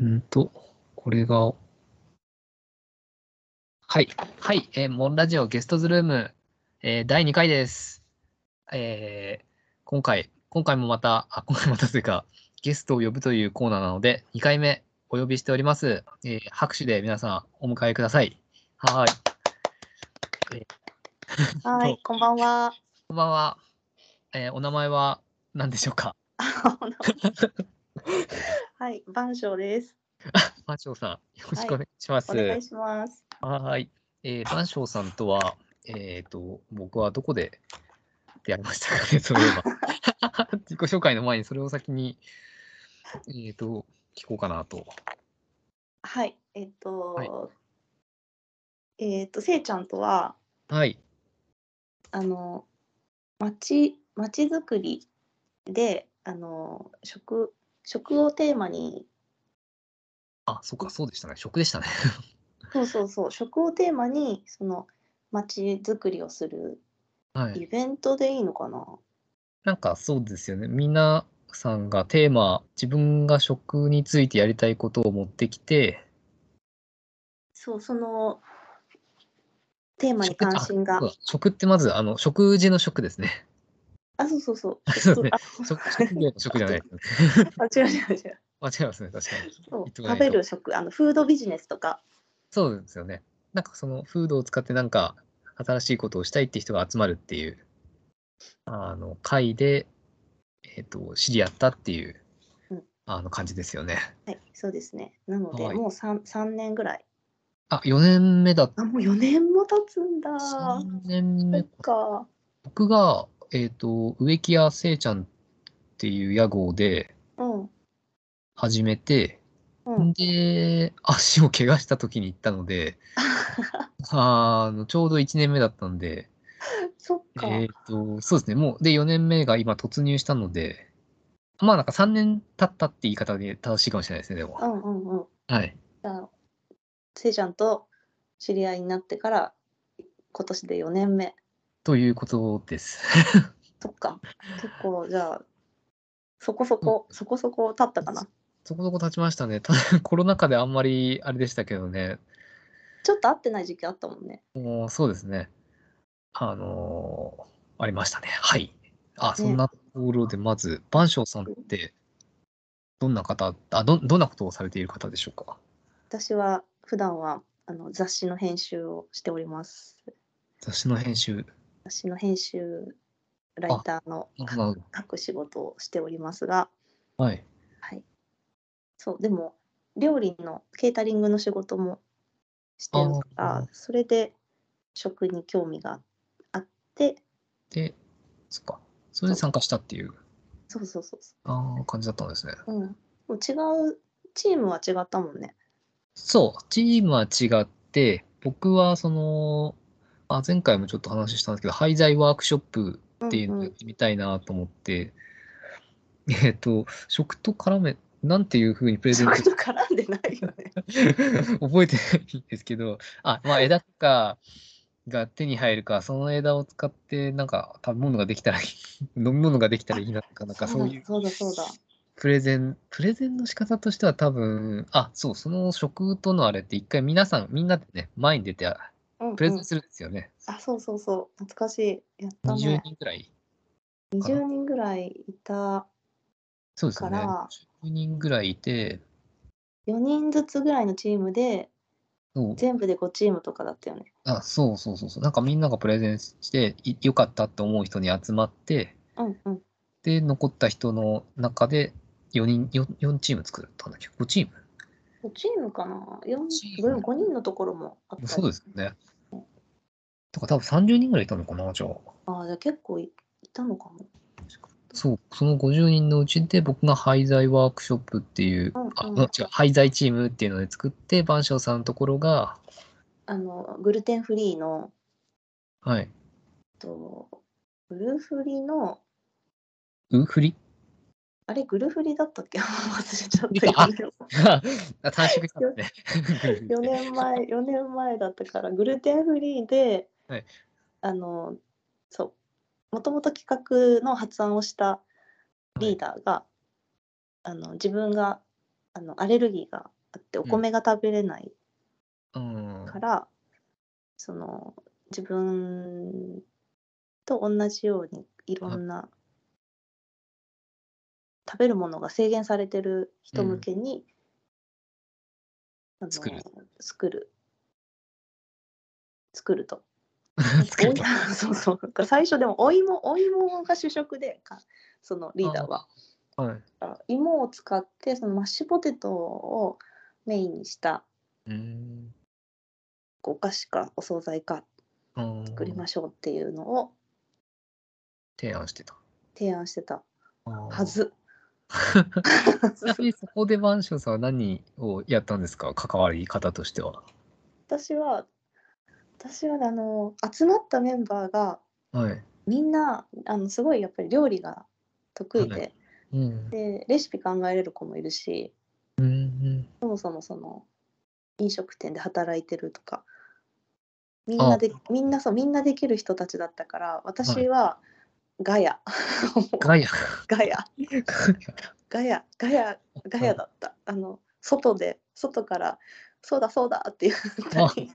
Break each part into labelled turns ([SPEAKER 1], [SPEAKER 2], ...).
[SPEAKER 1] うんと、これが、はい、はい、えーモンラジオゲストズルーム、えー第2回です。えー今回、今回もまた、あ、今回またというか、ゲストを呼ぶというコーナーなので、2回目お呼びしております。えー拍手で皆さんお迎えください。はーい。
[SPEAKER 2] は
[SPEAKER 1] そう
[SPEAKER 2] い、こんばんは。
[SPEAKER 1] こんばんは。えーお名前は何でしょうか
[SPEAKER 2] はい、番匠です。
[SPEAKER 1] 番匠さん、よろしくお願いします。
[SPEAKER 2] お願いします。
[SPEAKER 1] はい。えー、番匠さんとは、えっ、と、僕はどこで出会いましたかね、 そういえば。 自己紹介の前にそれを先に、えっ、と、聞こうかなと。
[SPEAKER 2] はい、えっ、と、
[SPEAKER 1] はい
[SPEAKER 2] えっ、と、せいちゃんとは、
[SPEAKER 1] はい。
[SPEAKER 2] あの、まち、まちづくりで、あの、食、食をテーマに、
[SPEAKER 1] あ、そっか、そうでしたね。食でしたね。
[SPEAKER 2] そうそうそう、食をテーマに、その、まちづくりをする
[SPEAKER 1] は
[SPEAKER 2] イ
[SPEAKER 1] い。
[SPEAKER 2] ベントでいいのかな。
[SPEAKER 1] なんかそうですよね。皆さんがテーマ、自分が食についてやりたいことを持ってきて、
[SPEAKER 2] そう、その、テーマに
[SPEAKER 1] 食あ
[SPEAKER 2] 関心が
[SPEAKER 1] そう。だ食ってまず、あの、食事の食ですね。
[SPEAKER 2] あ、そうそうそう。
[SPEAKER 1] そうですね
[SPEAKER 2] あ
[SPEAKER 1] 食職業の食じゃないですね。
[SPEAKER 2] あ違う違う違う。
[SPEAKER 1] 間違いますね、確かに。
[SPEAKER 2] そう
[SPEAKER 1] いつもない
[SPEAKER 2] 食
[SPEAKER 1] と
[SPEAKER 2] べる食あのフードビジネスとか
[SPEAKER 1] そうですよね。なんかそのフードを使ってなんか新しいことをしたいって人が集まるっていう、あの、会で、えっ、と、知り合ったっていう
[SPEAKER 2] うん、
[SPEAKER 1] あの、感じですよね。
[SPEAKER 2] はいそうですねなので、
[SPEAKER 1] はい
[SPEAKER 2] もう 3, 三年ぐらい
[SPEAKER 1] あ、4年目だっ
[SPEAKER 2] あもう4年も経つんだ
[SPEAKER 1] た。
[SPEAKER 2] そ
[SPEAKER 1] 3年目
[SPEAKER 2] っ。か
[SPEAKER 1] 僕が、えっ、と、植木屋せいちゃんっていう屋号で
[SPEAKER 2] うん
[SPEAKER 1] 始めて、
[SPEAKER 2] うん
[SPEAKER 1] で、足を怪我した時に行ったの で、あの、ちょうど1年目だったんで、
[SPEAKER 2] そっか、
[SPEAKER 1] えっ、と、そうですね、もう、で、4年目が今突入したので、まあなんか3年経ったって言い方で正しいかもしれないですね、で
[SPEAKER 2] う
[SPEAKER 1] も。
[SPEAKER 2] んうんうん
[SPEAKER 1] はい。
[SPEAKER 2] じゃあせいちゃんと知り合いになってから今年で4年目
[SPEAKER 1] ということです。
[SPEAKER 2] そっか結構じゃあそこそこ、そこそこ経ったかな
[SPEAKER 1] そこそこ経ちましたね。ただ、コロナ禍であんまりあれでしたけどね、
[SPEAKER 2] ちょっと会ってない時期あったもんね
[SPEAKER 1] もうそうですね。あのーありましたね。はい。あ、そんなところで、まず、番匠さんって、どんな方、あど、どんなことをされている方でしょうか。
[SPEAKER 2] 私は普段はあの雑誌の編集をしております
[SPEAKER 1] 雑誌の編集。
[SPEAKER 2] 私の編集ライターの
[SPEAKER 1] なるほど。
[SPEAKER 2] 書く仕事をしておりますが、
[SPEAKER 1] はい。
[SPEAKER 2] はい、そうでも料理のケータリングの仕事もしてるから
[SPEAKER 1] あー
[SPEAKER 2] それで食に興味があって
[SPEAKER 1] で、そっか。それで参加したっていう
[SPEAKER 2] そうそうそうそ
[SPEAKER 1] あー感じだったんですね。
[SPEAKER 2] う、うん、もう違うチームは違ったもんね
[SPEAKER 1] そう、チームは違って、僕はその、あ、前回もちょっと話したんですけど、廃材ワークショップっていうのをやってみたいなと思って、えっと、食と絡め、なんていうふうにプ レゼン
[SPEAKER 2] 食
[SPEAKER 1] ト
[SPEAKER 2] と絡んでないよね
[SPEAKER 1] 覚えてないんですけど、あ、まあ枝とかが手に入るか、その枝を使ってなんか食べ物ができたらいい、飲み物ができたらいいなとか、なんかそういう
[SPEAKER 2] そうだそうだそう
[SPEAKER 1] プレゼン、プレゼンの仕方としては多分、あ、そう、その食とのあれって一回皆さん、みんなでね、前に出て
[SPEAKER 2] だ、うんうん
[SPEAKER 1] プレゼンするんですよね。
[SPEAKER 2] あそうそうそう懐かしいやった
[SPEAKER 1] 20
[SPEAKER 2] ね
[SPEAKER 1] 人くらい。
[SPEAKER 2] 20人ぐらいいた
[SPEAKER 1] そうですよね。
[SPEAKER 2] か
[SPEAKER 1] 10
[SPEAKER 2] ら
[SPEAKER 1] 人くらいいて、
[SPEAKER 2] 4人ずつぐらいのチームで
[SPEAKER 1] そう
[SPEAKER 2] 全部で5チームとかだったよね。
[SPEAKER 1] あそうそうそうそう。なんかみんながプレゼンして、い良かったって思う人に集まって、
[SPEAKER 2] うんうん。
[SPEAKER 1] で、残った人の中で4人、4, 4チーム作ったんだっけ ?5 チーム
[SPEAKER 2] 5チームかな四
[SPEAKER 1] チーム
[SPEAKER 2] でも ?5 人のところもあったり
[SPEAKER 1] そうですよね。とか多分30人ぐらいいたのかな、じゃあ。
[SPEAKER 2] ああ、じゃあ結構いいたのかも。
[SPEAKER 1] そう、その50人のうちで僕が廃材ワークショップっていう、
[SPEAKER 2] うんうん
[SPEAKER 1] あ、違う、廃材チームっていうので作って、番匠さんのところが、
[SPEAKER 2] あの、グルテンフリーの、
[SPEAKER 1] はい、
[SPEAKER 2] とグルフリの、
[SPEAKER 1] うふり
[SPEAKER 2] あれ、グルフリだったっけ 忘れちゃっ
[SPEAKER 1] あ
[SPEAKER 2] たよ。
[SPEAKER 1] あ短縮したんですね。
[SPEAKER 2] 4年前、4年前だったから、グルテンフリーで、
[SPEAKER 1] はい
[SPEAKER 2] あの、そう、もともと企画の発案をしたリーダーが、あの自分があのアレルギーがあってお米が食べれない
[SPEAKER 1] うん。
[SPEAKER 2] から、その自分と同じようにいろんな食べるものが制限されてる人向けに、あの
[SPEAKER 1] 作る
[SPEAKER 2] 作る作ると。
[SPEAKER 1] 作ると
[SPEAKER 2] おい そうそうなんか最初でもお芋お芋が主食でかそのリーダーは
[SPEAKER 1] はい。
[SPEAKER 2] あ芋を使ってそのマッシュポテトをメインにした
[SPEAKER 1] うん。
[SPEAKER 2] お菓子かお惣菜か作り
[SPEAKER 1] し
[SPEAKER 2] ましょうっていうのを
[SPEAKER 1] 提案してた。
[SPEAKER 2] 提案してたは
[SPEAKER 1] は。
[SPEAKER 2] ず。
[SPEAKER 1] ちなみにそこで番匠さんは何をやったんですか関わり方としては。
[SPEAKER 2] 私は私はねあの集まったメンバーが
[SPEAKER 1] はい。
[SPEAKER 2] みんなあのすごいやっぱり料理が得意で,、
[SPEAKER 1] はうん。
[SPEAKER 2] でレシピ考えれる子もいるし
[SPEAKER 1] うんうん。
[SPEAKER 2] そもそもその飲食店で働いてるとかみんなでみんなそうみんなできる人たちだったから私はガヤ、
[SPEAKER 1] ガイア。
[SPEAKER 2] ガヤガヤガヤガ ヤだった、あの外で外から「そうだそうだ」って言ったり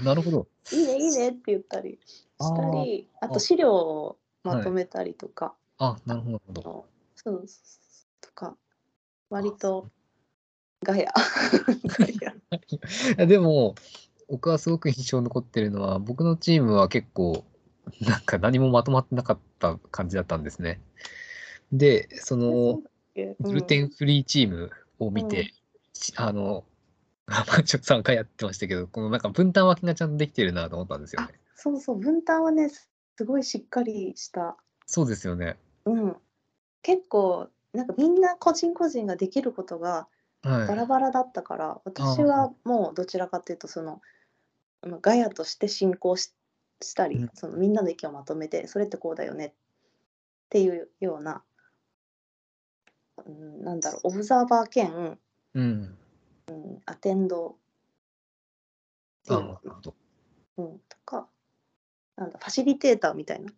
[SPEAKER 1] なるほど。
[SPEAKER 2] 「 いいねいいね」って言ったりしたりあ
[SPEAKER 1] あ
[SPEAKER 2] と資料をまとめたりとか、
[SPEAKER 1] あ、なるほど。なるほ
[SPEAKER 2] あ
[SPEAKER 1] ど
[SPEAKER 2] のそうそうそうとか割とガヤガヤ
[SPEAKER 1] いやでも僕はすごく印象に残ってるのは僕のチームは結構なんか何もまとまってなかった感じだったんですね。でそのグルテンフリーチームを見て、
[SPEAKER 2] うん
[SPEAKER 1] ちあの ちょっと3回やってましたけどこのなんか分担分けがちゃんとできてるなと思ったんですよね。
[SPEAKER 2] そうそう分担はねすすごいしっかりした、
[SPEAKER 1] そうですよね。
[SPEAKER 2] うん、結構なんかみんな個人個人ができることがバラ
[SPEAKER 1] は
[SPEAKER 2] バラだったから、私はもうどちらかというとそのあのガヤとして進行ししたり、
[SPEAKER 1] うん
[SPEAKER 2] そのみんなの意見をまとめてそれってこうだよねっていうような、うん、なんだろうオブザーバー兼
[SPEAKER 1] い。うん。
[SPEAKER 2] アテンドって
[SPEAKER 1] あ
[SPEAKER 2] い
[SPEAKER 1] な
[SPEAKER 2] う
[SPEAKER 1] る
[SPEAKER 2] のかな
[SPEAKER 1] ほど。
[SPEAKER 2] うん、とかなんだファシリテーターみたいな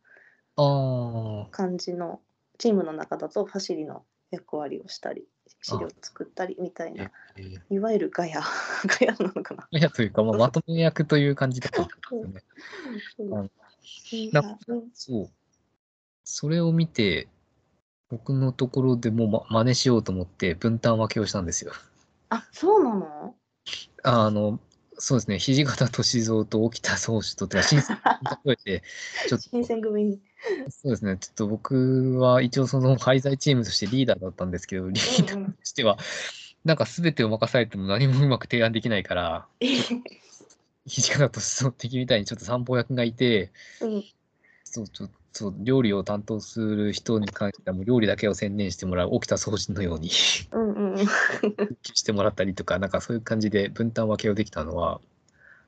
[SPEAKER 1] あ
[SPEAKER 2] 感じのチームの中だとファシリの役割をしたり資料を作ったりみたい
[SPEAKER 1] あ
[SPEAKER 2] な。
[SPEAKER 1] えー
[SPEAKER 2] いわゆるガヤ ガヤなのかな。
[SPEAKER 1] いやというか、まあ、まとめ役という感じだったんですよね。
[SPEAKER 2] うん
[SPEAKER 1] あの
[SPEAKER 2] いや
[SPEAKER 1] な
[SPEAKER 2] うん
[SPEAKER 1] そう。それを見て、僕のところでもま真似しようと思って分担分けをしたんですよ。
[SPEAKER 2] あそうなの
[SPEAKER 1] あの、そうですね、土方歳三と沖田総司とってか、新選組に例えて、ちょっ
[SPEAKER 2] 新
[SPEAKER 1] と、
[SPEAKER 2] 選組に。
[SPEAKER 1] そうですね、ちょっと僕は一応その廃材チームとしてリーダーだったんですけど、リーダーと
[SPEAKER 2] うん
[SPEAKER 1] しては、なんか全てを任されても何もうまく提案できないから、土方歳三的みたいにちょっと参謀役がいて、
[SPEAKER 2] うん、
[SPEAKER 1] そうちょそう料理を担当する人に関してはもう料理だけを専念してもらう沖田総司のように
[SPEAKER 2] うんうんうん
[SPEAKER 1] してもらったりとかなんかそういう感じで分担分けをできたのは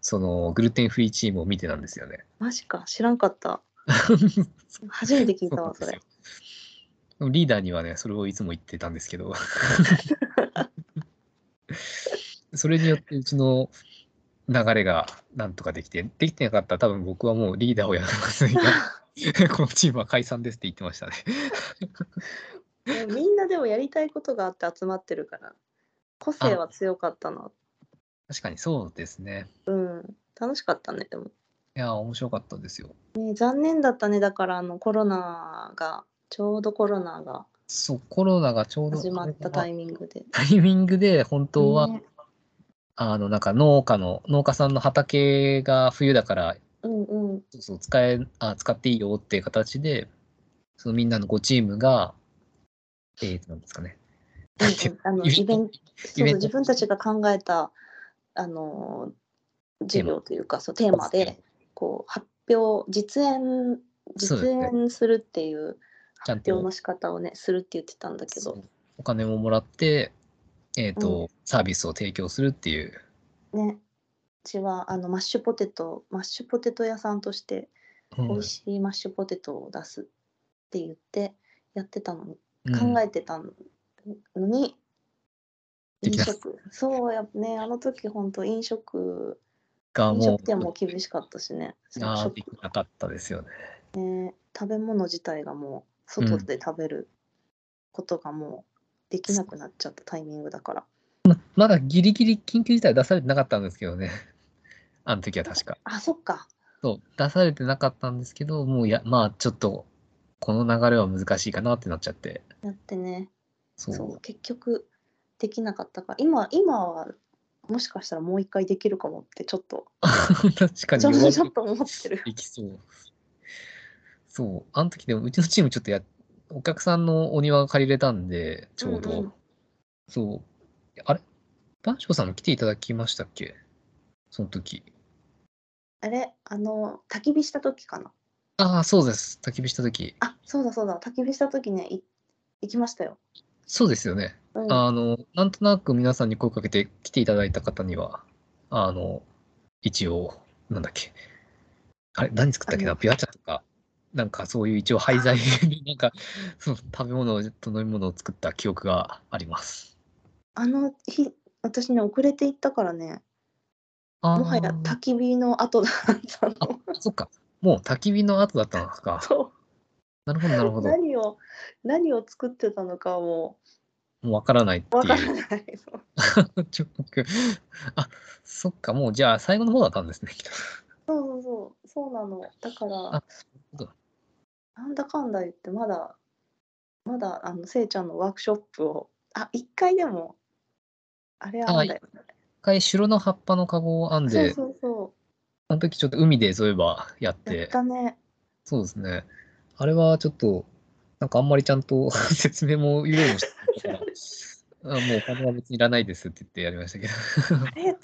[SPEAKER 1] そのグルテンフリーチームを見てなんですよね。
[SPEAKER 2] マジか知らん かった初めて聞いたわそれ
[SPEAKER 1] でもリーダーにはねそれをいつも言ってたんです けどそれによってうちの流れがなんとかできてできてなかったら多分僕はもうリーダーをやらずに このチームは解散ですって言ってましたね。
[SPEAKER 2] え みんなでもやりたいことがあって集まってるから個性は強かったな
[SPEAKER 1] 確かにそうですね。
[SPEAKER 2] うん楽しかったねでも、
[SPEAKER 1] いやー、面白かったですよ。
[SPEAKER 2] ね、残念だったねだからあのコロナがちょうどコロナが
[SPEAKER 1] そう、コロナがちょうど
[SPEAKER 2] 始まったタイ
[SPEAKER 1] ミング。
[SPEAKER 2] ミングで
[SPEAKER 1] タイミングで、本当は、
[SPEAKER 2] ね
[SPEAKER 1] あの、なんか農家の、農家さんの畑が冬だから、
[SPEAKER 2] うんうん
[SPEAKER 1] そうそう、使え、あ、使っていいよっていう形で、そのみんなの5チームが、えーと、なんですかね。
[SPEAKER 2] う
[SPEAKER 1] だ
[SPEAKER 2] ん
[SPEAKER 1] って
[SPEAKER 2] うんあの
[SPEAKER 1] イ
[SPEAKER 2] イベントそう
[SPEAKER 1] イベン
[SPEAKER 2] そう
[SPEAKER 1] ト
[SPEAKER 2] 自分たちが考えたあの授業というかそうテーマでこう発表実演
[SPEAKER 1] そう
[SPEAKER 2] 実
[SPEAKER 1] ですね
[SPEAKER 2] 演するっていう
[SPEAKER 1] ちゃん
[SPEAKER 2] 発
[SPEAKER 1] と
[SPEAKER 2] 表の仕方をねするって言ってたんだけ
[SPEAKER 1] そ
[SPEAKER 2] ど
[SPEAKER 1] うお金ももらって、えーと、
[SPEAKER 2] う
[SPEAKER 1] サービスを提供するっていう。
[SPEAKER 2] ねうちはあのマッシュポテトマッシュポテト屋さんとして
[SPEAKER 1] うん
[SPEAKER 2] 美味しいマッシュポテトを出すって言ってやってたのに
[SPEAKER 1] うん
[SPEAKER 2] 考えてたのに、
[SPEAKER 1] でき
[SPEAKER 2] 飲
[SPEAKER 1] なかっ
[SPEAKER 2] 食そうやっぱねあの時本当飲食
[SPEAKER 1] が
[SPEAKER 2] 飲
[SPEAKER 1] も
[SPEAKER 2] 食店も
[SPEAKER 1] う、
[SPEAKER 2] 厳しかったしねその
[SPEAKER 1] あー
[SPEAKER 2] 食
[SPEAKER 1] できなかったですよね。
[SPEAKER 2] 食べ物自体がもう外で食べることがもうできなくなっちゃったタイミングだから、
[SPEAKER 1] まだギリギリ緊急事態出されてなかったんですけどね。あの時は確か。
[SPEAKER 2] あ、そっか。
[SPEAKER 1] そう、出されてなかったんですけど、もうや、まあちょっと、この流れは難しいかなってなっちゃって。
[SPEAKER 2] だってね、
[SPEAKER 1] そう。
[SPEAKER 2] そう結局できなかったから、今今はもしかしたらもう一回できるかもってちょっと
[SPEAKER 1] 確かに
[SPEAKER 2] ちょ
[SPEAKER 1] 弱
[SPEAKER 2] ちょっと思ってる。
[SPEAKER 1] いきそう。そう、あの時でもうちのチームちょっとや、お客さんのお庭借りれたんで、ちょうど。
[SPEAKER 2] うんうん
[SPEAKER 1] そう。あれ番匠さんも来ていただきましたっけその時。
[SPEAKER 2] あれあの焚き火した時かな。
[SPEAKER 1] ああ、そうです。焚き火した時。
[SPEAKER 2] あ、そうだそうだ。焚き火した時ねい行きましたよ。
[SPEAKER 1] そうですよね。
[SPEAKER 2] うん、
[SPEAKER 1] あの、なんとなく皆さんに声かけて来ていただいた方には、あの、一応、なんだっけ。あれ何作ったっけ
[SPEAKER 2] あ
[SPEAKER 1] な
[SPEAKER 2] の
[SPEAKER 1] ビワ茶とか、なんかそういう一応廃材に なんか、その食べ物と飲み物を作った記憶があります。
[SPEAKER 2] あの日私ね遅れて行ったからね
[SPEAKER 1] あー
[SPEAKER 2] もはや焚き火の後だったの。
[SPEAKER 1] そっか。もう焚き火の後だったのか。
[SPEAKER 2] そ
[SPEAKER 1] なるほど、なるほ
[SPEAKER 2] う
[SPEAKER 1] ど。
[SPEAKER 2] 何を何を作ってたのかも
[SPEAKER 1] もうわからないって
[SPEAKER 2] うわか
[SPEAKER 1] い
[SPEAKER 2] ら
[SPEAKER 1] う。
[SPEAKER 2] ない。そう
[SPEAKER 1] ちょあ、そっか、もうじゃあ最後の方だったんですね、きっと
[SPEAKER 2] そうそうそうそうなのだから
[SPEAKER 1] あそうだ
[SPEAKER 2] なんだかんだ言ってまだまだあのせいちゃんのワークショップをあ一回でもあれあんだよね
[SPEAKER 1] 一回、白の葉っぱのカゴを編ん
[SPEAKER 2] そう
[SPEAKER 1] で、そ
[SPEAKER 2] そうそ
[SPEAKER 1] の時ちょっと海でそういえばやっ、
[SPEAKER 2] うやってたね
[SPEAKER 1] そうですね。あれはちょっと、なんかあんまりちゃんと 説明も言うようにしてたから、あもうお金は別にいらないですって言ってやりましたけど。
[SPEAKER 2] あれ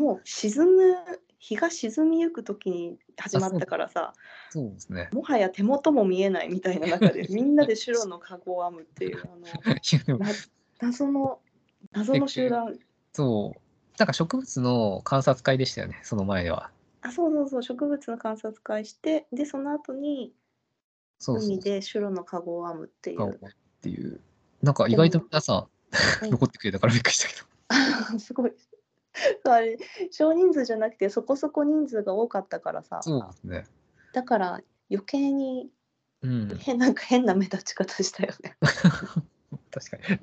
[SPEAKER 2] もう沈む日が沈みゆく時に始まったからさ
[SPEAKER 1] そうですね。
[SPEAKER 2] もはや手元も見えないみたいな 中でみんなで白のカゴを編むっていうあ
[SPEAKER 1] いやでも
[SPEAKER 2] のな謎の謎の集団
[SPEAKER 1] そう。なんか植物の観察会でしたよね、その前は。
[SPEAKER 2] あそうそうそう植物の観察会してでその後に
[SPEAKER 1] そうそう
[SPEAKER 2] 海。で白のカゴを編むっていう
[SPEAKER 1] がっていう。なんか意外と皆さ
[SPEAKER 2] うんん
[SPEAKER 1] 残ってくれたからびっくりしたけど。
[SPEAKER 2] すごい。あれ少人数じゃなくてそこそこ人数が多かったからさ
[SPEAKER 1] そうですね。
[SPEAKER 2] だから余計に
[SPEAKER 1] うん。
[SPEAKER 2] 変なんか変な目立ち方したよ ね。
[SPEAKER 1] 確かに。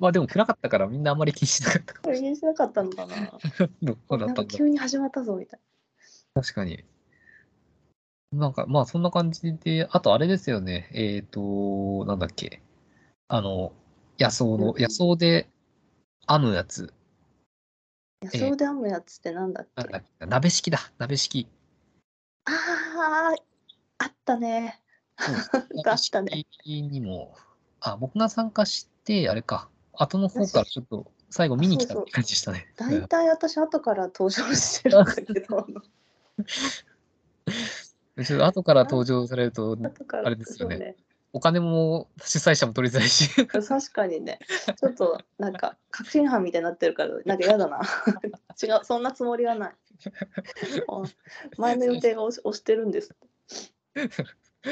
[SPEAKER 1] まあでも暗かったからみんなあんまり気にしなかったか
[SPEAKER 2] これ気にしなかったのかな。
[SPEAKER 1] ら。どうだ
[SPEAKER 2] な
[SPEAKER 1] っ
[SPEAKER 2] ん
[SPEAKER 1] た
[SPEAKER 2] か
[SPEAKER 1] んだろ。
[SPEAKER 2] 急に始まったぞみたいう
[SPEAKER 1] 確かに。なんかまあそんな感じで、あとあれですよね。えっ、と、なんだっけ。あの、野草の、
[SPEAKER 2] うん
[SPEAKER 1] 野草で編むやつ。
[SPEAKER 2] な。
[SPEAKER 1] ええ
[SPEAKER 2] 野草で編むやつってなんだっ
[SPEAKER 1] なん
[SPEAKER 2] け。
[SPEAKER 1] だっけ鍋敷きだ。鍋敷き。
[SPEAKER 2] あああったね。 あったね。
[SPEAKER 1] にも、あ、僕が参加して、あれか、後の方からちょっと最後見に来たって感じでしたね。
[SPEAKER 2] 大体私後から登場してるんだけど
[SPEAKER 1] うんちょっと後から登場されると、
[SPEAKER 2] 後から
[SPEAKER 1] あれですよね
[SPEAKER 2] そう
[SPEAKER 1] お金も主催者も取りづらいし、
[SPEAKER 2] 確かにね、ちょっとなんか確信犯みたいになってるから、なんか嫌だな。 違う、そんなつもりはない。あ前の予定が押し押してるんです。い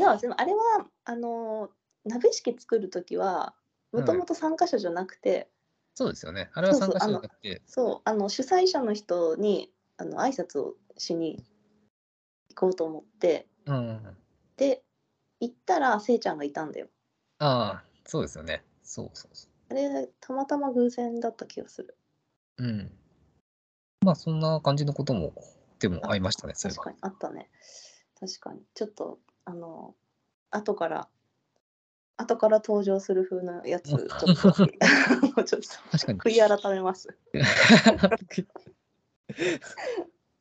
[SPEAKER 2] や、でもあれは、あの、鍋式作るときは、もともと参加者じゃなくて、
[SPEAKER 1] そうですよね。あれは参加者じゃなくて、
[SPEAKER 2] そう、あの主催者の人に、あの挨拶をしに行こうと思って、
[SPEAKER 1] うん。
[SPEAKER 2] で、行ったら、せいちゃんがいたんだよ。
[SPEAKER 1] ああ、そうですよね。そうそうそ
[SPEAKER 2] あれ、たまたま偶然だった気がする。
[SPEAKER 1] う。うん。まあ、そんな感じのことも、でもありましたね、そういえ
[SPEAKER 2] 確
[SPEAKER 1] ば。
[SPEAKER 2] かにあったね確かにちょっとあの後から後から登場する風なやつちょっとちょっ
[SPEAKER 1] 確かに
[SPEAKER 2] と。悔い改めます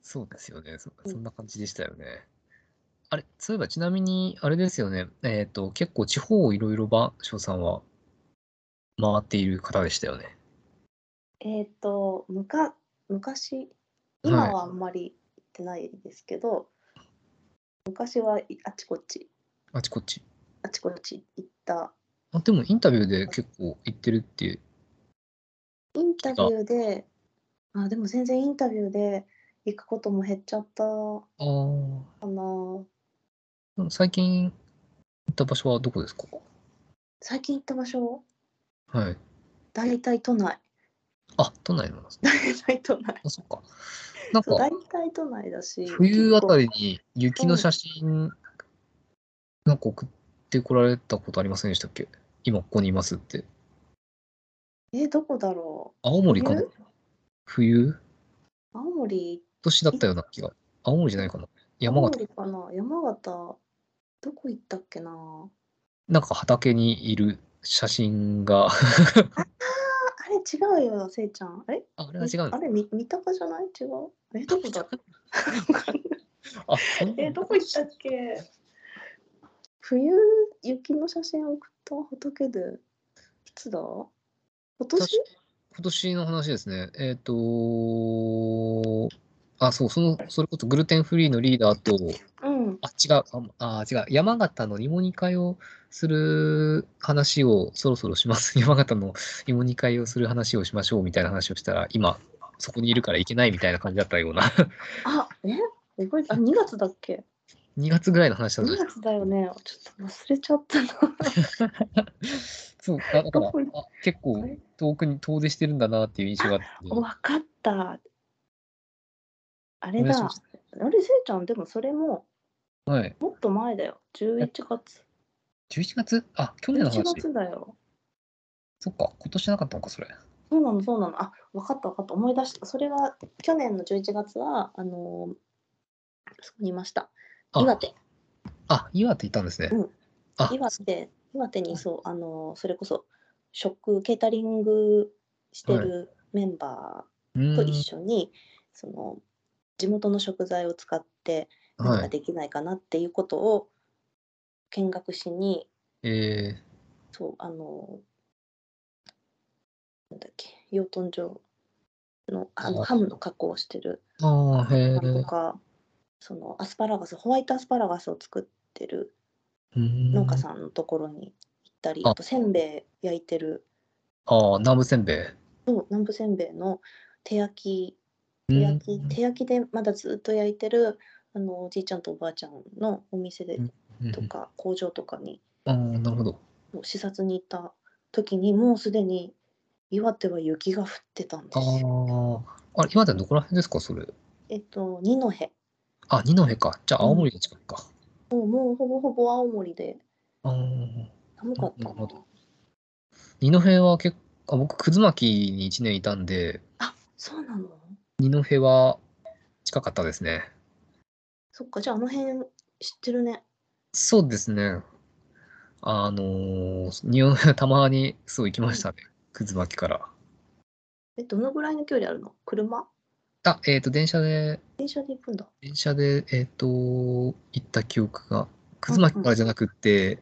[SPEAKER 1] そうですよねそ。そんな感じでしたよね。あれ、そういえばちなみに、あれですよね。えっ、と、結構地方をいろいろ番匠さんは回っている方でしたよね。
[SPEAKER 2] えっとむか昔今はあんまり行ってないですけど、昔はいあちこち
[SPEAKER 1] あちこち。
[SPEAKER 2] あちこち行った
[SPEAKER 1] あでもインタビューで結構行ってるっていう。
[SPEAKER 2] インタビューであでも全然インタビューで行くことも減っちゃったか
[SPEAKER 1] ああ。
[SPEAKER 2] な
[SPEAKER 1] 最近行った場所はどこですか
[SPEAKER 2] 最近行った場所
[SPEAKER 1] はい。
[SPEAKER 2] 大体都内
[SPEAKER 1] あ、都内なんですね。
[SPEAKER 2] 大体都内
[SPEAKER 1] あ、そっか。なん
[SPEAKER 2] そう
[SPEAKER 1] か
[SPEAKER 2] 大、体都内だし
[SPEAKER 1] 冬あた
[SPEAKER 2] り
[SPEAKER 1] りに雪の写真、なんか送ってこられたことありませんでしたっけ今ここにいますって。
[SPEAKER 2] えどこだろ
[SPEAKER 1] 青森かな冬
[SPEAKER 2] う青森
[SPEAKER 1] 年だったような気が。青森じゃないかな山
[SPEAKER 2] 青
[SPEAKER 1] 形。
[SPEAKER 2] 森かな山形どこ行ったっけな
[SPEAKER 1] なんか畑にいる写真が。
[SPEAKER 2] ああれ違うよせいちゃんあれ
[SPEAKER 1] ああれは違うん
[SPEAKER 2] あ
[SPEAKER 1] だ。
[SPEAKER 2] れみ三鷹じゃない違うえどこだ
[SPEAKER 1] あ、そんな
[SPEAKER 2] えどこ行ったっけ冬雪の写真送った畑でいつだ今年
[SPEAKER 1] 確か今年の話ですね。えっ、とあ、そう、その、それこそグルテンフリーのリーダーと、
[SPEAKER 2] うん
[SPEAKER 1] あ、違う、あ、あ違う、山形の芋煮会をする話をそろそろします。 山形の芋煮会をする話をしましょうみたいな話をしたら、今、そこにいるから行けないみたいな感じだったような、
[SPEAKER 2] あえ覚えあ2月だっけ
[SPEAKER 1] 2月ぐらいの話だった
[SPEAKER 2] 2
[SPEAKER 1] じゃん
[SPEAKER 2] 月だよねちょっと忘れちゃったな
[SPEAKER 1] そう、あだから、
[SPEAKER 2] どこ行
[SPEAKER 1] あ結構
[SPEAKER 2] あれ
[SPEAKER 1] 遠くに遠出してるんだなっていう印象があって。
[SPEAKER 2] わかったあれ
[SPEAKER 1] お願いし
[SPEAKER 2] だ
[SPEAKER 1] ます
[SPEAKER 2] あれせいちゃんでもそれも
[SPEAKER 1] はい。
[SPEAKER 2] もっと前だよ11月
[SPEAKER 1] 11月あ、去年の
[SPEAKER 2] 11
[SPEAKER 1] 話。
[SPEAKER 2] 月だよ
[SPEAKER 1] そっか、今年なかったのか、それ。
[SPEAKER 2] そうなのそうなのあ分かった分かった思い出したそれは去年の11月はあのーそこにいました
[SPEAKER 1] あ
[SPEAKER 2] 岩手
[SPEAKER 1] あ、岩手行ったんですね。
[SPEAKER 2] うん
[SPEAKER 1] あ、
[SPEAKER 2] 岩
[SPEAKER 1] そ
[SPEAKER 2] 手岩手にそうあのーそれこそ食ケータリングしてるメンバ
[SPEAKER 1] う
[SPEAKER 2] ー
[SPEAKER 1] ー
[SPEAKER 2] と
[SPEAKER 1] ん
[SPEAKER 2] 一緒に、その地元の食材を使って何
[SPEAKER 1] は
[SPEAKER 2] か
[SPEAKER 1] い。
[SPEAKER 2] できないかなっていうことを見学しに、
[SPEAKER 1] え
[SPEAKER 2] そうあのなんだっけ養豚場のあの
[SPEAKER 1] はい
[SPEAKER 2] ハムの加工をしてる
[SPEAKER 1] ー、ああ、へえ
[SPEAKER 2] と。か、そのアスパラガスホワイトアスパラガスを作ってる農
[SPEAKER 1] 農
[SPEAKER 2] 家さんのところに行ったり、
[SPEAKER 1] あ
[SPEAKER 2] あとせんべい焼いてる
[SPEAKER 1] ああ、南部せんべい。
[SPEAKER 2] そう南部せんべいの手焼き
[SPEAKER 1] う
[SPEAKER 2] 手
[SPEAKER 1] ん
[SPEAKER 2] 焼き、手焼きでまだずっと焼いてるあのおじいちゃんとおばあちゃんのお店で
[SPEAKER 1] うん
[SPEAKER 2] とか、工場とかに
[SPEAKER 1] ああ、なるほど。
[SPEAKER 2] もう視察に行った時にもうすでに岩手は雪が降ってたんです
[SPEAKER 1] あ
[SPEAKER 2] よ。
[SPEAKER 1] あ、あれ、岩手どこら辺ですか、それ。
[SPEAKER 2] えっと、二戸
[SPEAKER 1] あ、二戸か。じゃあ、青森の近くか。
[SPEAKER 2] もうもうほぼほぼ青森で
[SPEAKER 1] ああ。
[SPEAKER 2] 寒かった
[SPEAKER 1] なるほ
[SPEAKER 2] な。
[SPEAKER 1] 二戸は結構、あ僕、葛巻に1年いたんで、
[SPEAKER 2] あそうなの
[SPEAKER 1] 二戸は近かったですね。
[SPEAKER 2] そっか、じゃああの辺知ってるね。
[SPEAKER 1] そうですね。あのー、二戸たまにそう行きましたね。葛巻から。
[SPEAKER 2] え、どのぐらいの距離あるの車
[SPEAKER 1] あ、えっ、と、電車で、
[SPEAKER 2] 電車で行くんだ。
[SPEAKER 1] 電車で、えっ、と、行った記憶が、葛巻からじゃなくって、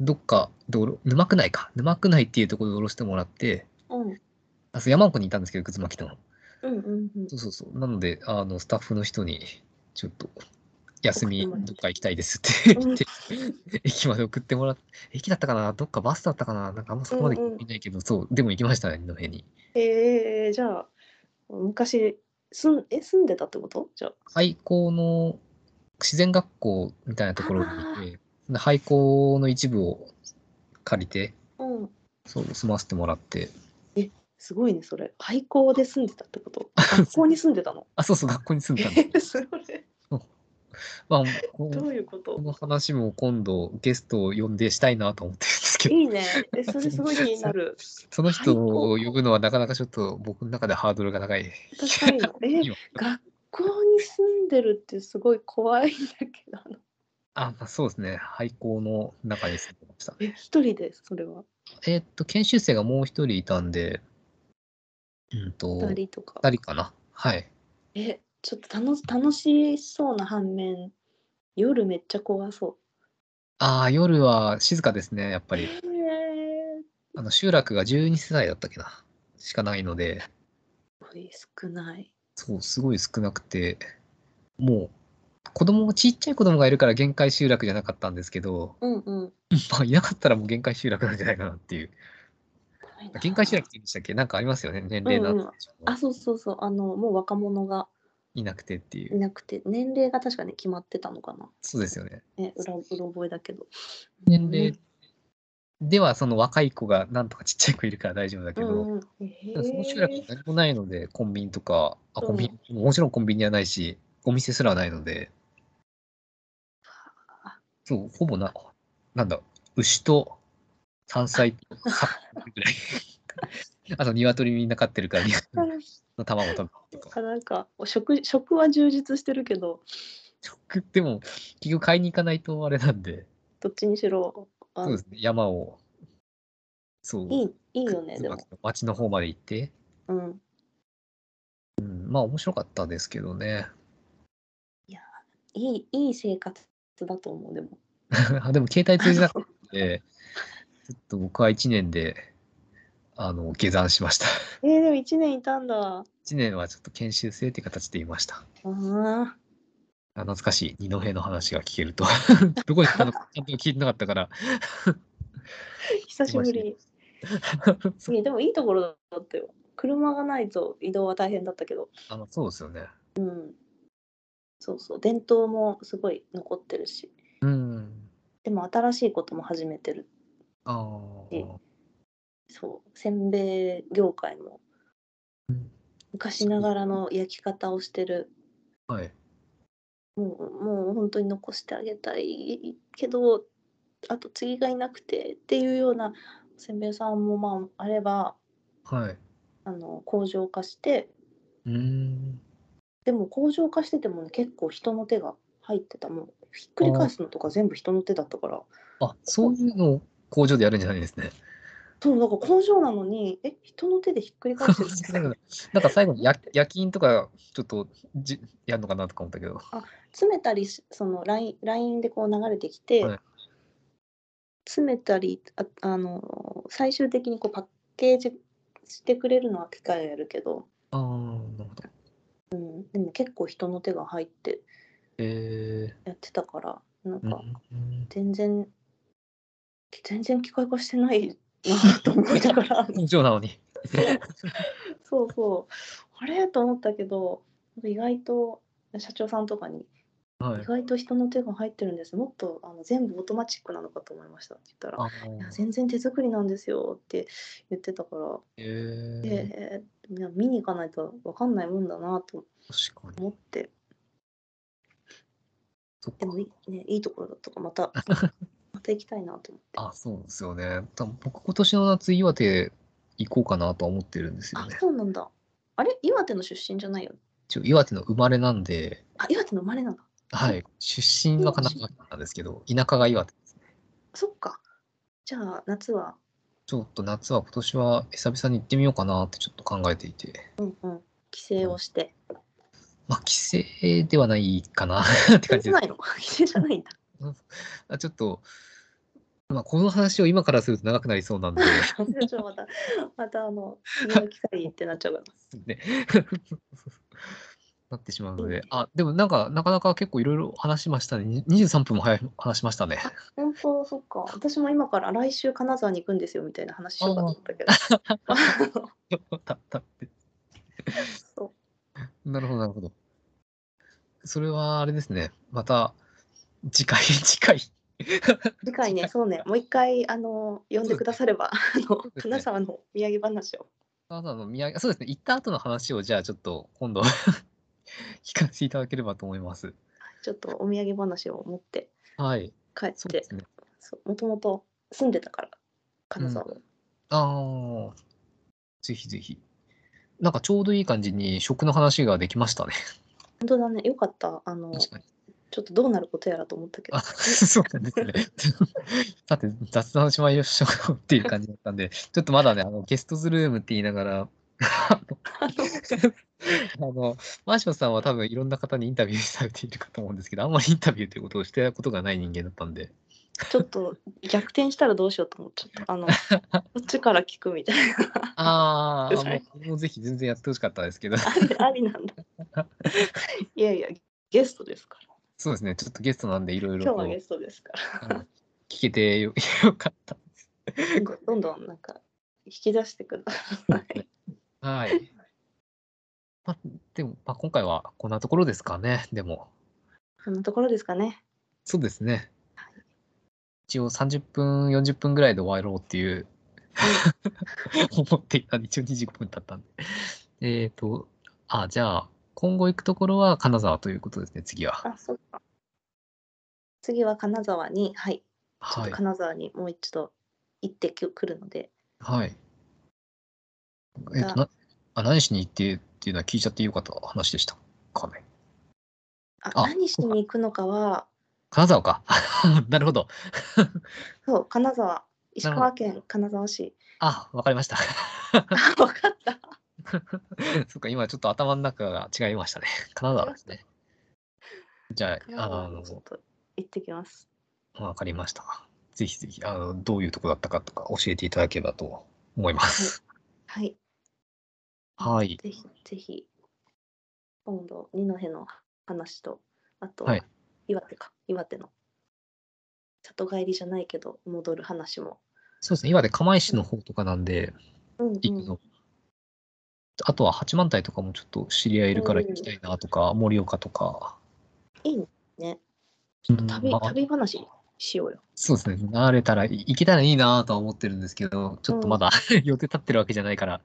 [SPEAKER 1] どっかで降ろ、沼区内か。沼区内っていうところで降ろしてもらって、
[SPEAKER 2] うん。うん
[SPEAKER 1] あそう山奥にいたんですけど、葛巻の。
[SPEAKER 2] うんうん。
[SPEAKER 1] そうそうそう。なので、あの、スタッフの人に、ちょっと、休み、
[SPEAKER 2] 送ってもらって
[SPEAKER 1] どっか行きたいですって言って、 駅まで送ってもらって、駅だったかなどっかバスだったかななんかあんまそこまで
[SPEAKER 2] うんうん
[SPEAKER 1] 見ないけど、そう、でも行きましたね、二戸に。
[SPEAKER 2] えー、じゃあ、昔、すんえ住んでたってことじゃあ。
[SPEAKER 1] 廃校の自然学校みたいなところにいて、で廃校の一部を借りて、
[SPEAKER 2] うん。
[SPEAKER 1] そう、済ませてもらって、
[SPEAKER 2] すごいね、それ。廃校で住んでたってこと 学校に住んでたの
[SPEAKER 1] あ、そうそう、学校に住ん で
[SPEAKER 2] え
[SPEAKER 1] た んで、
[SPEAKER 2] ー、それ、
[SPEAKER 1] まあ、こ
[SPEAKER 2] ど
[SPEAKER 1] の
[SPEAKER 2] ういうこと
[SPEAKER 1] この話も今度ゲストを呼んでしたいなと思ってるんですけど、
[SPEAKER 2] いいね。え、それすごい気になる。
[SPEAKER 1] その人を呼ぶのはなかなかちょっと僕の中でハードルが高 い。
[SPEAKER 2] 高いの。えー、
[SPEAKER 1] 今
[SPEAKER 2] 学校に住んでるってすごい怖いんだけどあの
[SPEAKER 1] あ、まあ、そうですね、廃校の中に住んでました。
[SPEAKER 2] え一人ですそれは
[SPEAKER 1] えーっと、研修生がもう一人いたんで、うんと、
[SPEAKER 2] 二
[SPEAKER 1] 二
[SPEAKER 2] 人とか
[SPEAKER 1] 人かな。はい。
[SPEAKER 2] えちょっと楽し楽しそうな反面夜めっちゃ怖そ
[SPEAKER 1] ああ、夜は静かですね、やっぱ
[SPEAKER 2] う
[SPEAKER 1] り。
[SPEAKER 2] えー
[SPEAKER 1] あの集落が12世帯だったっけな、しかないので、
[SPEAKER 2] すごい少ない
[SPEAKER 1] そう、すごい少なくて、もう、子供もちっちゃい子供がいるから限界集落じゃなかったんですけど、
[SPEAKER 2] うんうん
[SPEAKER 1] まあ、いなかったらもう限界集落なんじゃないかなっていう。
[SPEAKER 2] 怖いな
[SPEAKER 1] 限界集落って言うんでしたっけなんかありますよね、年齢なん
[SPEAKER 2] うんうんあそうそうそうあのもう若者が
[SPEAKER 1] いなくてってい。
[SPEAKER 2] いうなくて年齢が確かね決まってたのかな
[SPEAKER 1] そうですよね。
[SPEAKER 2] えうらうろ覚えだけど
[SPEAKER 1] 年齢では、その若い子がなんとかちっちゃい子いるから大丈夫だけ
[SPEAKER 2] う
[SPEAKER 1] ど、
[SPEAKER 2] んうんえ
[SPEAKER 1] でもその集落に
[SPEAKER 2] ー、
[SPEAKER 1] 何もないので、コンビニとか、あ
[SPEAKER 2] うん
[SPEAKER 1] コンビニもちろんコンビニはないし、お店すらないので、そう、ほぼな、 なんだ、牛と山菜とサッカーぐらい。あと、鶏みんな飼ってるから、鶏
[SPEAKER 2] ん
[SPEAKER 1] の卵食べるとか。
[SPEAKER 2] なんか食食は充実してるけど
[SPEAKER 1] 食でも、結局買いに行かないとあれなんで、
[SPEAKER 2] どっちにしろあ
[SPEAKER 1] そうですね、山を、そう、
[SPEAKER 2] いいいいよねでも
[SPEAKER 1] 椿の町の方まで行って、
[SPEAKER 2] うん
[SPEAKER 1] うんまあ面白かったですけどね。
[SPEAKER 2] いいいい生活だと思うでも
[SPEAKER 1] でも携帯通じなくて、ちょっと僕は1年で、あの、下山しました。
[SPEAKER 2] えー、でも1年いたんだ
[SPEAKER 1] 1年はちょっと研修生って形でいました。
[SPEAKER 2] あ
[SPEAKER 1] あ懐かしい二戸の話が聞けると。 どこに行ったのかちゃんと聞いてなかったから。
[SPEAKER 2] ー久しぶりいやでもいいところだったよ車がないと移動は大変だったけど
[SPEAKER 1] あのそうですよね。
[SPEAKER 2] そうそう伝統もすごい残ってるし
[SPEAKER 1] うん。
[SPEAKER 2] でも新しいことも始めてる
[SPEAKER 1] あ
[SPEAKER 2] え
[SPEAKER 1] あ。
[SPEAKER 2] そうせんべい業界も
[SPEAKER 1] うん
[SPEAKER 2] 昔ながらの焼き方をしてる
[SPEAKER 1] はい。
[SPEAKER 2] もうもう本当に残してあげたいけどあと次がいなくてっていうようなせんべいさんもまああれば
[SPEAKER 1] はい。
[SPEAKER 2] あの工場化して
[SPEAKER 1] うーん。
[SPEAKER 2] でも工場化しててもね結構人の手が入ってたもうひっくり返すのとか全部人の手だったから
[SPEAKER 1] あ、そういうのを工場でやるんじゃないんですね。
[SPEAKER 2] そうだから工場なのにえ人の手でひっくり返してるんですか
[SPEAKER 1] なんか最後にや夜勤とかちょっとじやるのかなとか思ったけど。
[SPEAKER 2] 詰めたりしそのラインラインでこう流れてきて、
[SPEAKER 1] はい
[SPEAKER 2] 詰めたりああの最終的にこうパッケージしてくれるのは機械がやるけど
[SPEAKER 1] ああ、なるほど。
[SPEAKER 2] でも結構人の手が入って
[SPEAKER 1] え
[SPEAKER 2] やってたからなん
[SPEAKER 1] ー。う
[SPEAKER 2] か
[SPEAKER 1] ん
[SPEAKER 2] 全然、全然機械化してないなと思いな がら
[SPEAKER 1] 工場なのに。
[SPEAKER 2] そうそうあれと思ったけど意外と社長さんとかに
[SPEAKER 1] は
[SPEAKER 2] 意
[SPEAKER 1] い。
[SPEAKER 2] 外と人の手が入ってるんですもっとあの全部オートマチックなのかと思いましたって言ったら
[SPEAKER 1] あ
[SPEAKER 2] いや
[SPEAKER 1] ー
[SPEAKER 2] 全然手作りなんですよって言ってたから、
[SPEAKER 1] えー
[SPEAKER 2] えーいや見に行かないと分かんないもんだなと
[SPEAKER 1] 確かに。
[SPEAKER 2] 思って
[SPEAKER 1] そっか
[SPEAKER 2] でもい,、ね、いいところだったからまた また行きたいなと思って
[SPEAKER 1] あ、そうですよね。多分僕、今年の夏、岩手行こうかなとは思ってるんですよ
[SPEAKER 2] あ
[SPEAKER 1] ね。
[SPEAKER 2] そうなんだあれ岩手の出身じゃないよね
[SPEAKER 1] 一応岩手の生まれなんで、
[SPEAKER 2] あ岩手の生まれなんだ
[SPEAKER 1] はい、出身は神奈川県なんですけど、田舎が岩手ですね。
[SPEAKER 2] そっかじゃあ夏は
[SPEAKER 1] ちょっと夏は今年は久々に行ってみようかなってちょっと考えていて、
[SPEAKER 2] 帰省をして
[SPEAKER 1] まあ、帰省ではないかなって
[SPEAKER 2] 帰
[SPEAKER 1] 感
[SPEAKER 2] 省じ
[SPEAKER 1] じ
[SPEAKER 2] ゃ
[SPEAKER 1] です
[SPEAKER 2] ないの 帰省じゃないんだ
[SPEAKER 1] あ。ちょっと、まあ、この話を今からすると長くなりそうなんで、
[SPEAKER 2] じゃあちょっとまたまたあの家の機会ってなっちゃうから
[SPEAKER 1] ね、 なってしまうので、あ、でもなんか、なかなか結構いろいろ話しましたね。に23分も早い話しましたね。
[SPEAKER 2] 本当そっか私も今から来週金沢に行くんですよみたいな話しようかと思った けど
[SPEAKER 1] たたって
[SPEAKER 2] そ
[SPEAKER 1] なるほど、なるほど。それはあれですね。また、次回、 次回。
[SPEAKER 2] う次回ねそうねもう一回あの呼んでくだされば、あの金沢のお土産話を
[SPEAKER 1] あなたの宮そうですね。行った後の話を、じゃあちょっと今度 聞かせていただければと思います。
[SPEAKER 2] ちょっとお土産話を持って
[SPEAKER 1] はい。
[SPEAKER 2] 帰っ
[SPEAKER 1] そう
[SPEAKER 2] て
[SPEAKER 1] ですね。
[SPEAKER 2] そうもともと住んでたから金沢も、
[SPEAKER 1] ああ、ぜひぜひ。なんかちょうどいい感じに食の話ができましたね。
[SPEAKER 2] 本当だねよかったあの
[SPEAKER 1] 確かに。
[SPEAKER 2] ちょっとどうなることやらと思ったけど
[SPEAKER 1] あ、 そうなんですね。 さて、雑談しましょうっていう感じだったんで、ちょっとまだね、あのゲストズルームって言いながら、あの、あのマーションさんは多分いろんな方にインタビューされているかと思うんですけど、あんまりインタビューということをしてたことがない人間だったんで、
[SPEAKER 2] ちょっと逆転したらどうしようと思っち ゃったあのこっちから聞くみたいな
[SPEAKER 1] あ
[SPEAKER 2] ー
[SPEAKER 1] あ、もうもうぜひ全然やってほしかったですけど、
[SPEAKER 2] ありありなん だいやいやゲストですから
[SPEAKER 1] そうですね、ちょっとゲストなんでいろい
[SPEAKER 2] 今
[SPEAKER 1] ろ
[SPEAKER 2] 日
[SPEAKER 1] こ
[SPEAKER 2] は
[SPEAKER 1] う
[SPEAKER 2] ゲストですから
[SPEAKER 1] あの聞けてよよかった。
[SPEAKER 2] どんどんなんか引き出してくださ い。
[SPEAKER 1] はい。まあ、でも、まあ、今回はこんなところですかね、でも。
[SPEAKER 2] そんなところですかね。
[SPEAKER 1] そうですね。一応30分、40分ぐらいで終わろうって いう、思っていたんで、一応25分経ったんで。えっと、あ、じゃあ、今後行くところは金沢ということですね、次は。
[SPEAKER 2] あ、そっか。次は金沢に、はい、ちょ
[SPEAKER 1] は
[SPEAKER 2] っと
[SPEAKER 1] い。
[SPEAKER 2] 金沢にもう一度行ってきゅくるので、
[SPEAKER 1] はい。えっと、なあ何しに行ってっていうのは聞いちゃってよかった話でしたかね。
[SPEAKER 2] あ
[SPEAKER 1] あ
[SPEAKER 2] 何しに行くのかは
[SPEAKER 1] 金沢か。 なるほど。
[SPEAKER 2] そう金沢石
[SPEAKER 1] なるほど
[SPEAKER 2] 川県金 沢市
[SPEAKER 1] あ、わかりました。
[SPEAKER 2] あ分かった
[SPEAKER 1] そっか、今ちょっと頭の中が違いましたね。金沢ですね。じゃ
[SPEAKER 2] 金
[SPEAKER 1] あ、
[SPEAKER 2] 沢
[SPEAKER 1] あ
[SPEAKER 2] に
[SPEAKER 1] の
[SPEAKER 2] ちょっと行ってきます
[SPEAKER 1] わかりました。ぜひぜひ、あの、どういうとこだったかとか教えていただければと思います。
[SPEAKER 2] はい
[SPEAKER 1] はい。
[SPEAKER 2] ぜひぜひ今度二戸の話とあと、
[SPEAKER 1] はい
[SPEAKER 2] 岩手か岩手の里帰りじゃないけど戻る話も、
[SPEAKER 1] そうですね。今で釜石の方とかなんで、
[SPEAKER 2] うんうん
[SPEAKER 1] 行くの。あとは八幡平とかもちょっと知り合いいるから行きたいなとか、盛岡とか。
[SPEAKER 2] いいね
[SPEAKER 1] うん
[SPEAKER 2] 旅,、
[SPEAKER 1] まあ
[SPEAKER 2] 旅話しようよ
[SPEAKER 1] そうですね。慣れたら、い行けたらいいなとは思ってるんですけど、ちょっとまだ 予定立ってるわけじゃないから、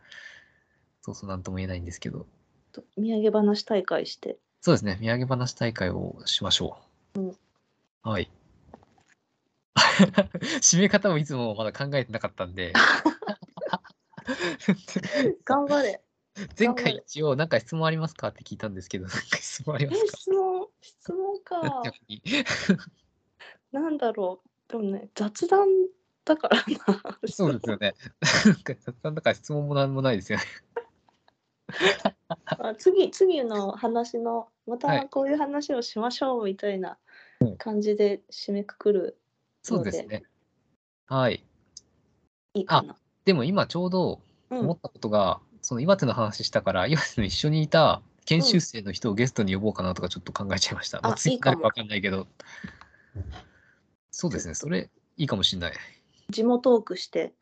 [SPEAKER 1] そうそう、なんとも言えないんですけど。
[SPEAKER 2] と土産話大会して
[SPEAKER 1] そうですね。土産話大会をしましょう。はい。 締め方もいつもまだ考えてなかったん で。
[SPEAKER 2] 頑張れ
[SPEAKER 1] 前回一応、なんか質問ありますかって聞いたんですけど、 なんか質問あり
[SPEAKER 2] え
[SPEAKER 1] ますか
[SPEAKER 2] 質問質問か
[SPEAKER 1] 逆に
[SPEAKER 2] なんだろうでもね雑談だからな
[SPEAKER 1] そうですよね。なんか雑談だから質問もなんもないですよね。
[SPEAKER 2] あ次次の話のま
[SPEAKER 1] は
[SPEAKER 2] た
[SPEAKER 1] い
[SPEAKER 2] こういう話をしましょうみたいな感じで締めくくる
[SPEAKER 1] そうですね。はい。
[SPEAKER 2] いいかな。
[SPEAKER 1] でも今ちょうど
[SPEAKER 2] うん
[SPEAKER 1] 思ったことが、その岩手の話したから、岩手の一緒にいた研修生の人をゲストに呼ぼうかなとかちょっと考えちゃいました。ま
[SPEAKER 2] あ
[SPEAKER 1] あ、ツイ
[SPEAKER 2] い
[SPEAKER 1] ッ
[SPEAKER 2] いか
[SPEAKER 1] ター
[SPEAKER 2] も
[SPEAKER 1] かわかんないけど。そうですね、それいいかもしれない。
[SPEAKER 2] 地元トークして、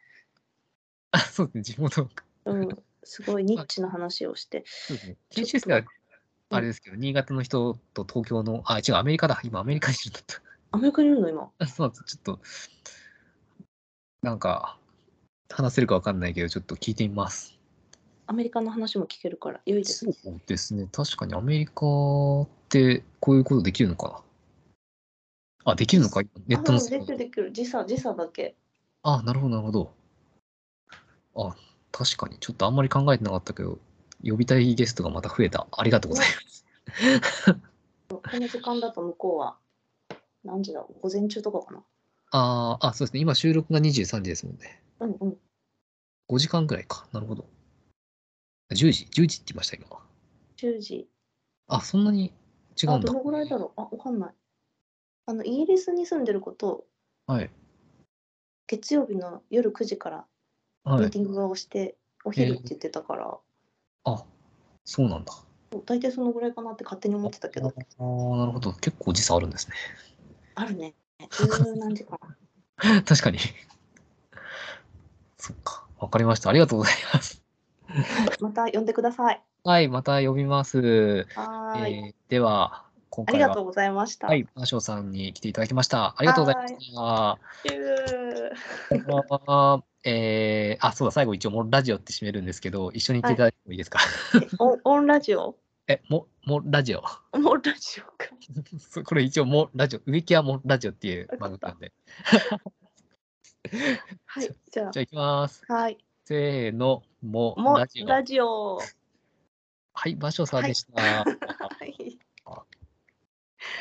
[SPEAKER 1] あ、そうですね、地元。
[SPEAKER 2] うん、すごいニッチな話をして、
[SPEAKER 1] そうですね、研修生はあれですけど、新潟の人と東京の、あ、違う、アメリカだ。今、アメリカにいるんだった。
[SPEAKER 2] アメリカにいるの今。
[SPEAKER 1] あそうなんです。ちょっと、なんか、話せるかわかんないけど、ちょっと聞いてみます。
[SPEAKER 2] アメリカの話も聞けるから良いです
[SPEAKER 1] そ。うですね。確かにアメリカってこういうことできるのかな。あ、できるのか。ネット
[SPEAKER 2] あ
[SPEAKER 1] の
[SPEAKER 2] で
[SPEAKER 1] 世
[SPEAKER 2] きる
[SPEAKER 1] 界。
[SPEAKER 2] できる時差時差だけ。
[SPEAKER 1] あ、なるほど、なるほど。あ、確かに。ちょっとあんまり考えてなかったけど、呼びたいゲストがまた増えた。ありがとうございます。
[SPEAKER 2] この時間だと向こうは何時だろう午前中とかかな。
[SPEAKER 1] あーあ、そうですね。今収録が23時ですもんね。
[SPEAKER 2] うんうん。
[SPEAKER 1] 5時間ぐらいか。なるほど。10時、10時って言いました、今。
[SPEAKER 2] 10時。
[SPEAKER 1] あ、そんなに違う
[SPEAKER 2] あ
[SPEAKER 1] ん
[SPEAKER 2] ど
[SPEAKER 1] だ。
[SPEAKER 2] のぐらいだろうあわかんない。あのイギリスに住んでること
[SPEAKER 1] はい。
[SPEAKER 2] 月曜日の夜9時からミ
[SPEAKER 1] は
[SPEAKER 2] ー
[SPEAKER 1] い
[SPEAKER 2] テ。ィングをして、お昼って言ってたから、
[SPEAKER 1] あ、そうなんだ。
[SPEAKER 2] 大体そのぐらいかなって勝手に思ってたけど
[SPEAKER 1] あ、あー、なるほど。結構時差あるんですね。
[SPEAKER 2] あるね。十何時間。
[SPEAKER 1] 確かに。そっか。わかりました。ありがとうございます。
[SPEAKER 2] また呼んでください。
[SPEAKER 1] はい、また呼びます。
[SPEAKER 2] はーい。
[SPEAKER 1] えーでは、今
[SPEAKER 2] あり
[SPEAKER 1] 回
[SPEAKER 2] がとう
[SPEAKER 1] は、
[SPEAKER 2] ございました。
[SPEAKER 1] はい、マショさんに来ていただきました。ありがとうございました。
[SPEAKER 2] チュー
[SPEAKER 1] こんばんはえー、あ、そうだ、最後一応、もうラジオって締めるんですけど、一緒に行っていただいてもいいですか。
[SPEAKER 2] えオン オンラジオ
[SPEAKER 1] え、も、もラジオ。
[SPEAKER 2] もうラジオか。
[SPEAKER 1] そうこれ一応、もラジオ、植木はもラジオっていう番組なんで。
[SPEAKER 2] はい、じゃ
[SPEAKER 1] じゃあ、行きます。
[SPEAKER 2] あ、はい。
[SPEAKER 1] せーの、も
[SPEAKER 2] もう
[SPEAKER 1] ラジオ。
[SPEAKER 2] ラジオ。
[SPEAKER 1] はい、馬匠さんでした。